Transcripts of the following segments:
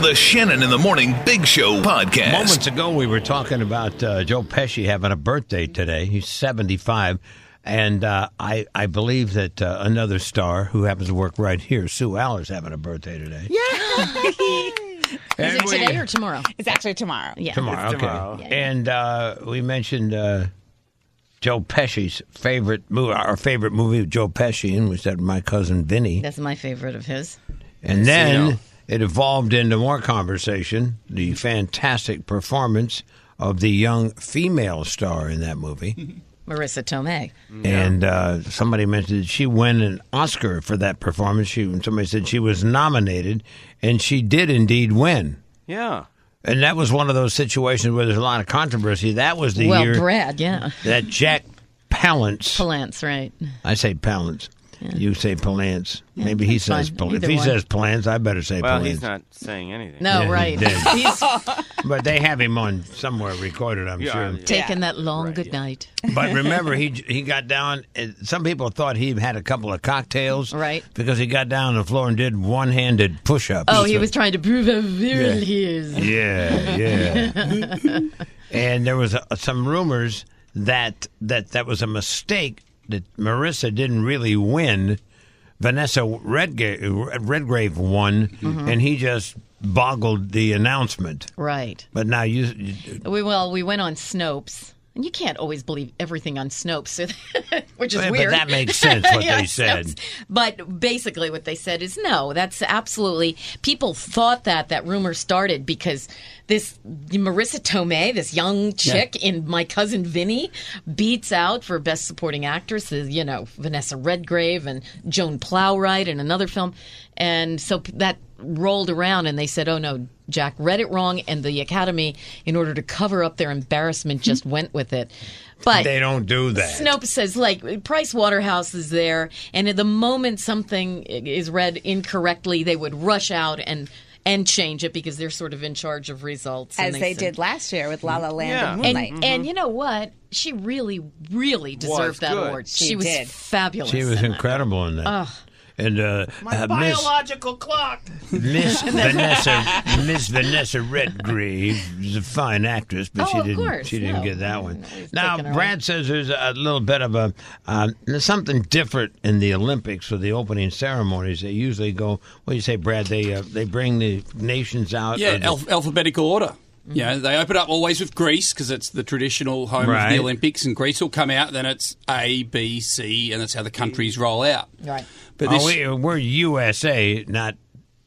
The Shannon in the Morning Big Show podcast. Moments ago, we were talking about uh, Joe Pesci having a birthday today. He's 75. And uh, I, I believe that uh, another star who happens to work right here, Sue Aller's having a birthday today. Yeah. Is it today or tomorrow? It's actually tomorrow. Yeah. Tomorrow, okay. tomorrow. And uh, we mentioned uh, Joe Pesci's favorite movie, our favorite movie of Joe Pesci, and we said My Cousin Vinny. That's my favorite of his. And then it evolved into more conversation the fantastic performance of the young female star in that movie. Marissa Tomei. And uh, somebody mentioned that she won an Oscar for that performance. She, somebody said she was nominated, and she did indeed win. Yeah. And that was one of those situations where there's a lot of controversy. That was the well, year Brad, yeah. that Jack Palance, Palance, right. I say Palance, you say Palance. Maybe he that's says fine. Palance. If Either he one. says Palance, I better say Well, Palance. he's not saying anything. No, Yeah, he right. did. He's But they have him on somewhere recorded, I'm Yeah, sure. yeah. taking that long good night. But remember, he he got down. And some people thought he had a couple of cocktails, Right. Because he got down on the floor and did one-handed push-ups. Oh, he was trying to prove how virile he is. Yeah, yeah. and there was uh some rumors that that that was a mistake that Marissa didn't really win. Vanessa Redgrave, Redgrave won, Mm-hmm. and he just boggled the announcement. Right. But now you, you We well, we went on Snopes. And you can't always believe everything on Snopes, so which is But- but weird. that makes sense, what they said. Snopes. But basically, what they said is no. That's absolutely people thought that that rumor started because this Marissa Tomei, this young chick in My Cousin Vinny, beats out for Best Supporting Actress. uh, You know Vanessa Redgrave and Joan Plowright in another film, and so p- that rolled around and they said, "Oh no, Jack read it wrong," and the Academy, in order to cover up their embarrassment, just went with it. But they don't do that. Snopes says like Price Waterhouse is there, and at the moment something is read incorrectly, they would rush out and and change it because they're sort of in charge of results, and As they said- did last year with La La Land and And, Moonlight. Mm-hmm. and you know what? She really, really deserved that good. award. She, She was did. fabulous. She was in that. incredible in that. And uh, uh, biological clock. Miss, Miss Vanessa Miss Vanessa Redgrave is a fine actress, but Oh, she of didn't course, she didn't no. get that one. No, we've Now taken her Brad says there's a little bit of a uh, there's something different in the Olympics with the opening ceremonies. They usually go. What do you say, Brad? They uh, they bring the nations out. Yeah, or the- alph alphabetical order. Mm-hmm. Yeah, they open up always with Greece because it's the traditional home of Right. the Olympics, and Greece will come out. Then it's A, B, C, and that's how the countries roll out. Right. But oh, this, we, we're USA, not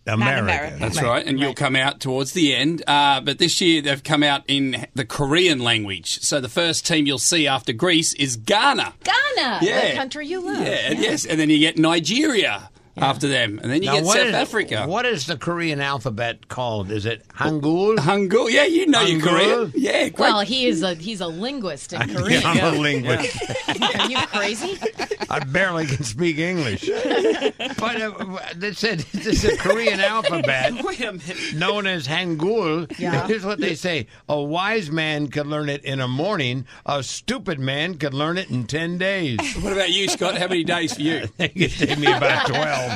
America. America. that's right, and you'll come out towards the end. Uh, but this year they've come out in the Korean language. So the first team you'll see after Greece is Ghana. Ghana, Yeah. the country you love. Yeah, and yes, and then you get Nigeria after them, and then you Now, get what South is- Africa. What is the Korean alphabet called? Is it Hangul? Hangul, yeah, you know your Hangul? Korean. Yeah, great. Well, he is a he's a linguist in Korea. I'm a linguist. Are you crazy? I barely can speak English. but uh, they said this is a Korean alphabet Wait a minute. known as Hangul. Yeah. Here's what they say A wise man could learn it in a morning, a stupid man could learn it in 10 days. What about you, Scott? How many days for you? it took me about 12.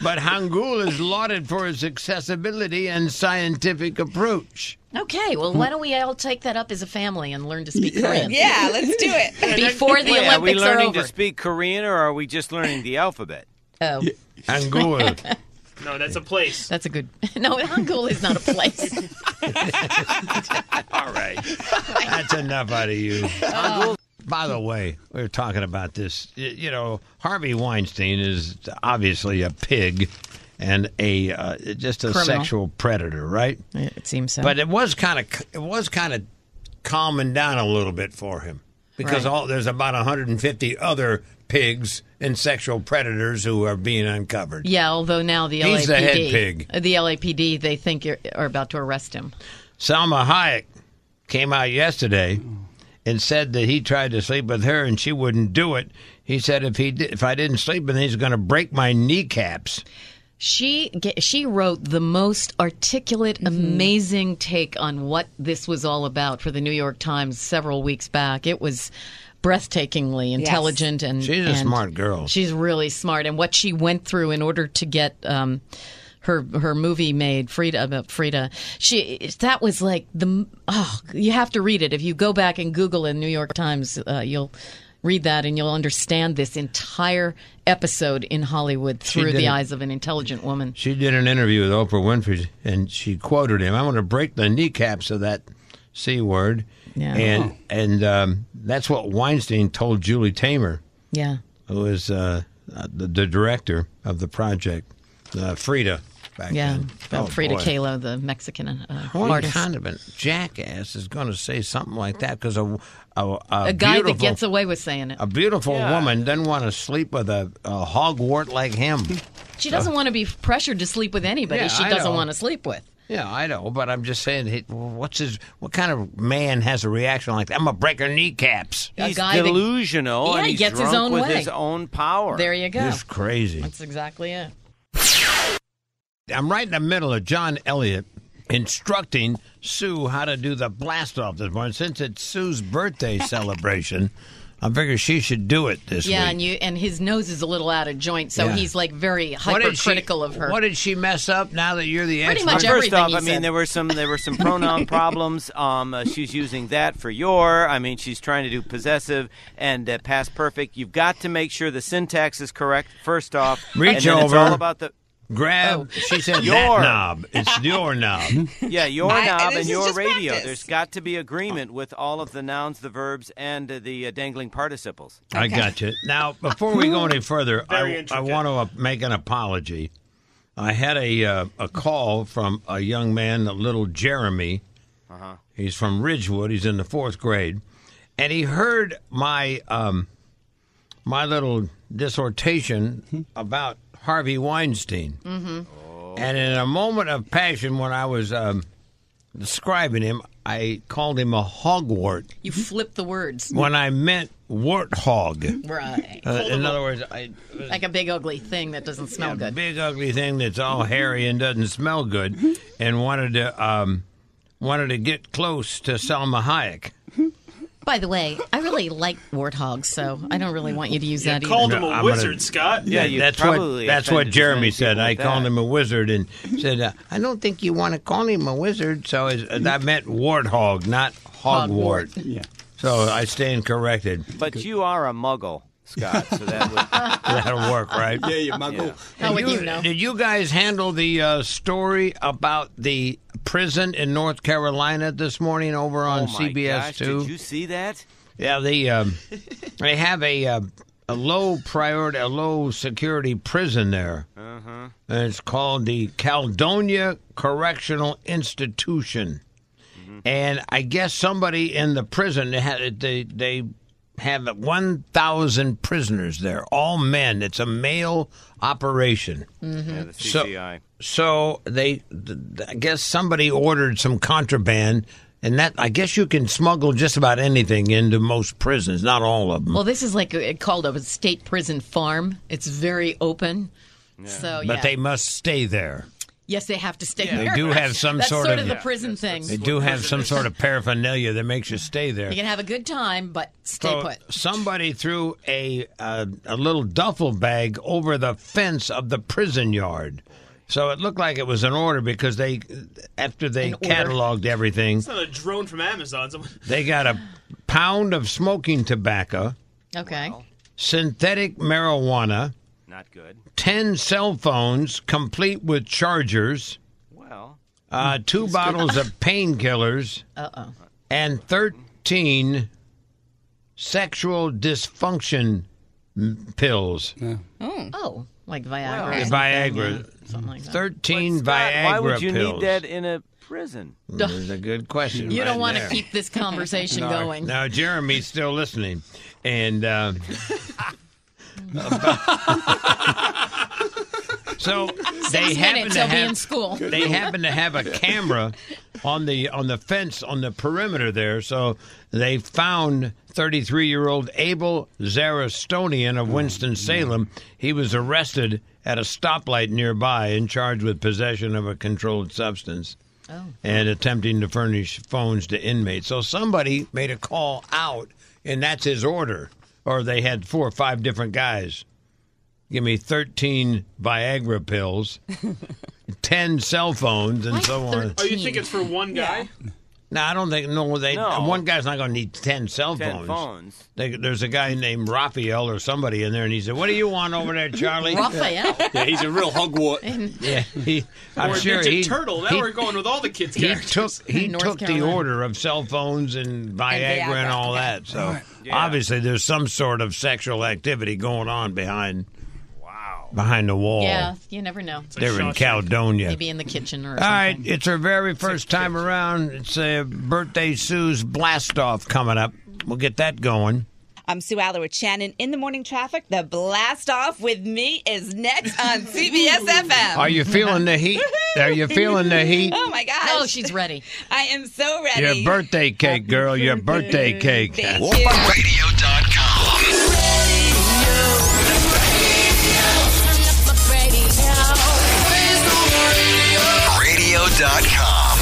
but Hangul is lauded for its accessibility and scientific approach. Okay, well, why don't we all take that up as a family and learn to speak Korean yeah, let's do it. before the Are we Olympics are learning over? to speak Korean or are we just learning the alphabet? oh. Hangul. No, that's a place. That's a good. No, Hangul is not a place. All right. That's enough out of you. Uh, By the way, we were talking about this. Y- You know, Harvey Weinstein is obviously a pig and a uh, just a Criminal. sexual predator, right? it seems so. But it was kind of it was kind of calming down a little bit for him because Right. all there's about 150 other pigs and sexual predators who are being uncovered. yeah, although now the He's the LAPD, head pig. uh, the LAPD, they think you're, are about to arrest him. Salma Hayek came out yesterday and said that he tried to sleep with her and she wouldn't do it. He said if he did, if I didn't sleep with him, he's going to break my kneecaps. She ge- she wrote the most articulate, amazing take on what this was all about for the New York Times several weeks back. It was breathtakingly intelligent and She's a and smart girl. She's really smart, and what she went through in order to get um, her her movie made Frida about Frida. She that was like the oh you have to read it if you go back and Google in New York Times uh, you'll read that and you'll understand this entire episode in Hollywood through did it. the eyes of an intelligent woman. She did an interview with Oprah Winfrey, and she quoted him. I want to break the kneecaps of that c word, Yeah. and and um, that's what Weinstein told Julie Tamer, Yeah. who is uh, uh, the, the director of the project, uh, Frida. Back Yeah, then. about Oh, Frida boy. Kahlo, the Mexican uh, What artist. kind of a jackass is going to say something like that? Because a a, a, a guy that beautiful- gets away with saying it. a beautiful woman doesn't want to sleep with a, a hogwart like him. She doesn't want to be pressured to sleep with Uh, anybody Yeah, she I doesn't know. want to sleep with. yeah, I know, but I'm just saying, he, what's his? What kind of man has a reaction like that? I'm gonna break her kneecaps. A He's guy that- delusional Yeah, and he he's gets his drunk own with way. his own power. There you go. It's crazy. That's exactly it. I'm right in the middle of John Elliott instructing Sue how to do the blast off this morning. Since it's Sue's birthday celebration, I figure she should do it this Yeah, week. and you and his nose is a little out of joint, so Yeah. he's like very What did she- hypercritical of her. What did she mess up? Now that you're the Pretty expert, much Well, first everything off, he I mean said. there were some there were some pronoun problems. Um, uh, she's using that for your. I mean she's trying to do possessive and uh, past perfect. You've got to make sure the syntax is correct. First off, Reach and then It's over. all about the Oh. grab. She said that Your. knob. It's your knob. yeah your I- knob this and is your just radio. practice. There's got to be agreement with all of the nouns, the verbs, and uh, the uh, dangling participles. I got you. Now, before we go any further, Very I, I intricate. want to uh, make an apology. I had a uh, a call from a young man, a little Jeremy. He's from Ridgewood. He's in the fourth grade, and he heard my um, my little dissertation about Harvey Weinstein. Mm-hmm. And in a moment of passion, when I was um, describing him, I called him a hogwart you flip the words. when I meant warthog. Right. Uh, in other words, I, Like a big ugly thing that doesn't smell a good. big ugly thing that's all hairy and doesn't smell good, and wanted to um, wanted to get close to Selma Hayek. By the way, I really like warthogs, so I don't really want you to use that either. Called him No, a I'm gonna- wizard, Scott. Yeah, you that's what probably that's what offended as many Jeremy said. people I with called that. him a wizard and said, uh, "I don't think you want to call him a wizard." So it's- uh, I meant warthog, not hogwart. Yeah. So I stand corrected. But you are a muggle, Scott. So that would oh That'll work, right? Yeah, you muggle. How would you know? Did you guys handle the uh, story about the prison in North Carolina this morning over on oh my CBS gosh, Two? Did you see that? Yeah, the um, they have a uh, a low priority, a low security prison there, uh-huh. and it's called the Caledonia Correctional Institution. Mm-hmm. And I guess somebody in the prison they had- they they have one thousand prisoners there, all men. It's a male operation. Yeah, the Mm-hmm. So- CCI. So they, th- th- I guess somebody ordered some contraband, and that I guess you can smuggle just about anything into most prisons, not all of them. Well, this is like a, called a state prison farm. It's very open. So, yeah. but they must stay there. yes, they have to stay They there. do have some That's sort sort of- of the Yeah. prison thing. They do have some sort of paraphernalia that makes you stay there. You can have a good time, but stay So put. somebody threw a, a a little duffel bag over the fence of the prison yard, so it looked like it was an order because they, after they cataloged everything, It's not a drone from Amazon. Someone, they got a pound of smoking tobacco. Okay. synthetic marijuana, Not good. 10 cell phones complete with chargers, Well, Hmm. uh, two bottles of painkillers, Uh oh. and 13 sexual dysfunction mm, pills. Oh, like Viagra. The or Viagra. Something like that. 13 Scott, Viagra why would you pills. need that in a prison? That's a good question. You don't right want to there. keep this conversation No, going. Now, Jeremy's still listening. And uh, so they Six happen minutes, to he'll be in have school. they happen to have a camera on the on the fence on the perimeter there, so they found 33 year old Abel Zarastonian of Winston Salem. He was arrested at a stoplight nearby and charged with possession of a controlled substance Oh. and attempting to furnish phones to inmates. So somebody made a call out, and that's his order. Or they had four or five different guys. Give me 13 Viagra pills. ten cell phones and Why so on. 13? Oh, you think it's for one guy? No, I don't think no. They No. one guy's not going to need ten cell Ten phones. phones. They, there's a guy named Raphael or somebody in there, and he said, "What do you want over there, Charlie?" Raphael. Yeah, he's a real hogwart. Yeah, he, I'm Or sure Ninja he, Turtle. Now he- we're going with all the kids' he characters. took he North took the Carolina. order of cell phones and Viagra and, Viagra, all yeah. that. So obviously, there's some sort of sexual activity going on behind wow behind the wall. Yeah, you never know. they were in Shawshank. Caledonia. Maybe in the kitchen or All right, something. it's her very first time around. It's a birthday Sue's blast off coming up. We'll get that going. I'm Sue Aller with Shannon in the morning traffic. The blast off with me is next on CBS FM. Are you feeling the heat? Are you feeling the heat? Oh my gosh! Oh, she's ready. I am so Your ready. birthday cake, girl. Your birthday cake. Thank you. Radio.com.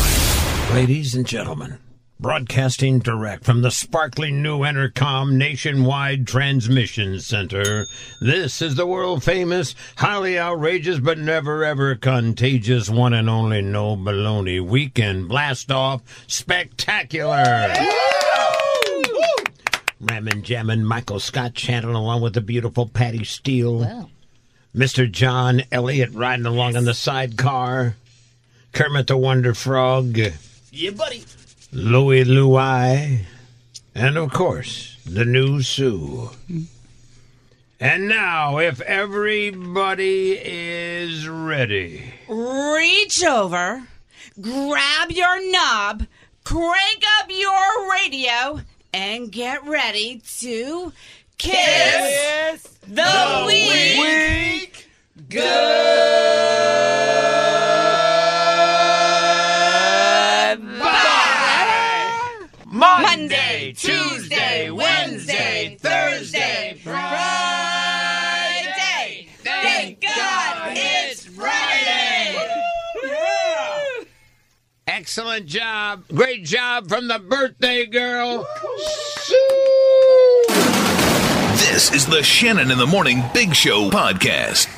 Ladies and gentlemen, broadcasting direct from the sparkling new Entercom Nationwide Transmission Center, this is the world famous, highly outrageous, but never ever contagious, one and only No Baloney Weekend Blast Off Spectacular! Ramming, jamming, Michael Scott Channel, along with the beautiful Patty Steele. Well, Mr. John Elliott riding along on the sidecar. Kermit the Wonder Frog. Yeah, buddy. Louie Louie, and of course, the new Sue. And now, if everybody is ready, Reach over, grab your knob, crank up your radio, and get ready to kiss, the, week. Monday, Tuesday, Wednesday, Thursday, Friday. Thank God it's Friday. excellent job, great job from the birthday girl, Sue. This is the Shannon in the Morning Big Show podcast.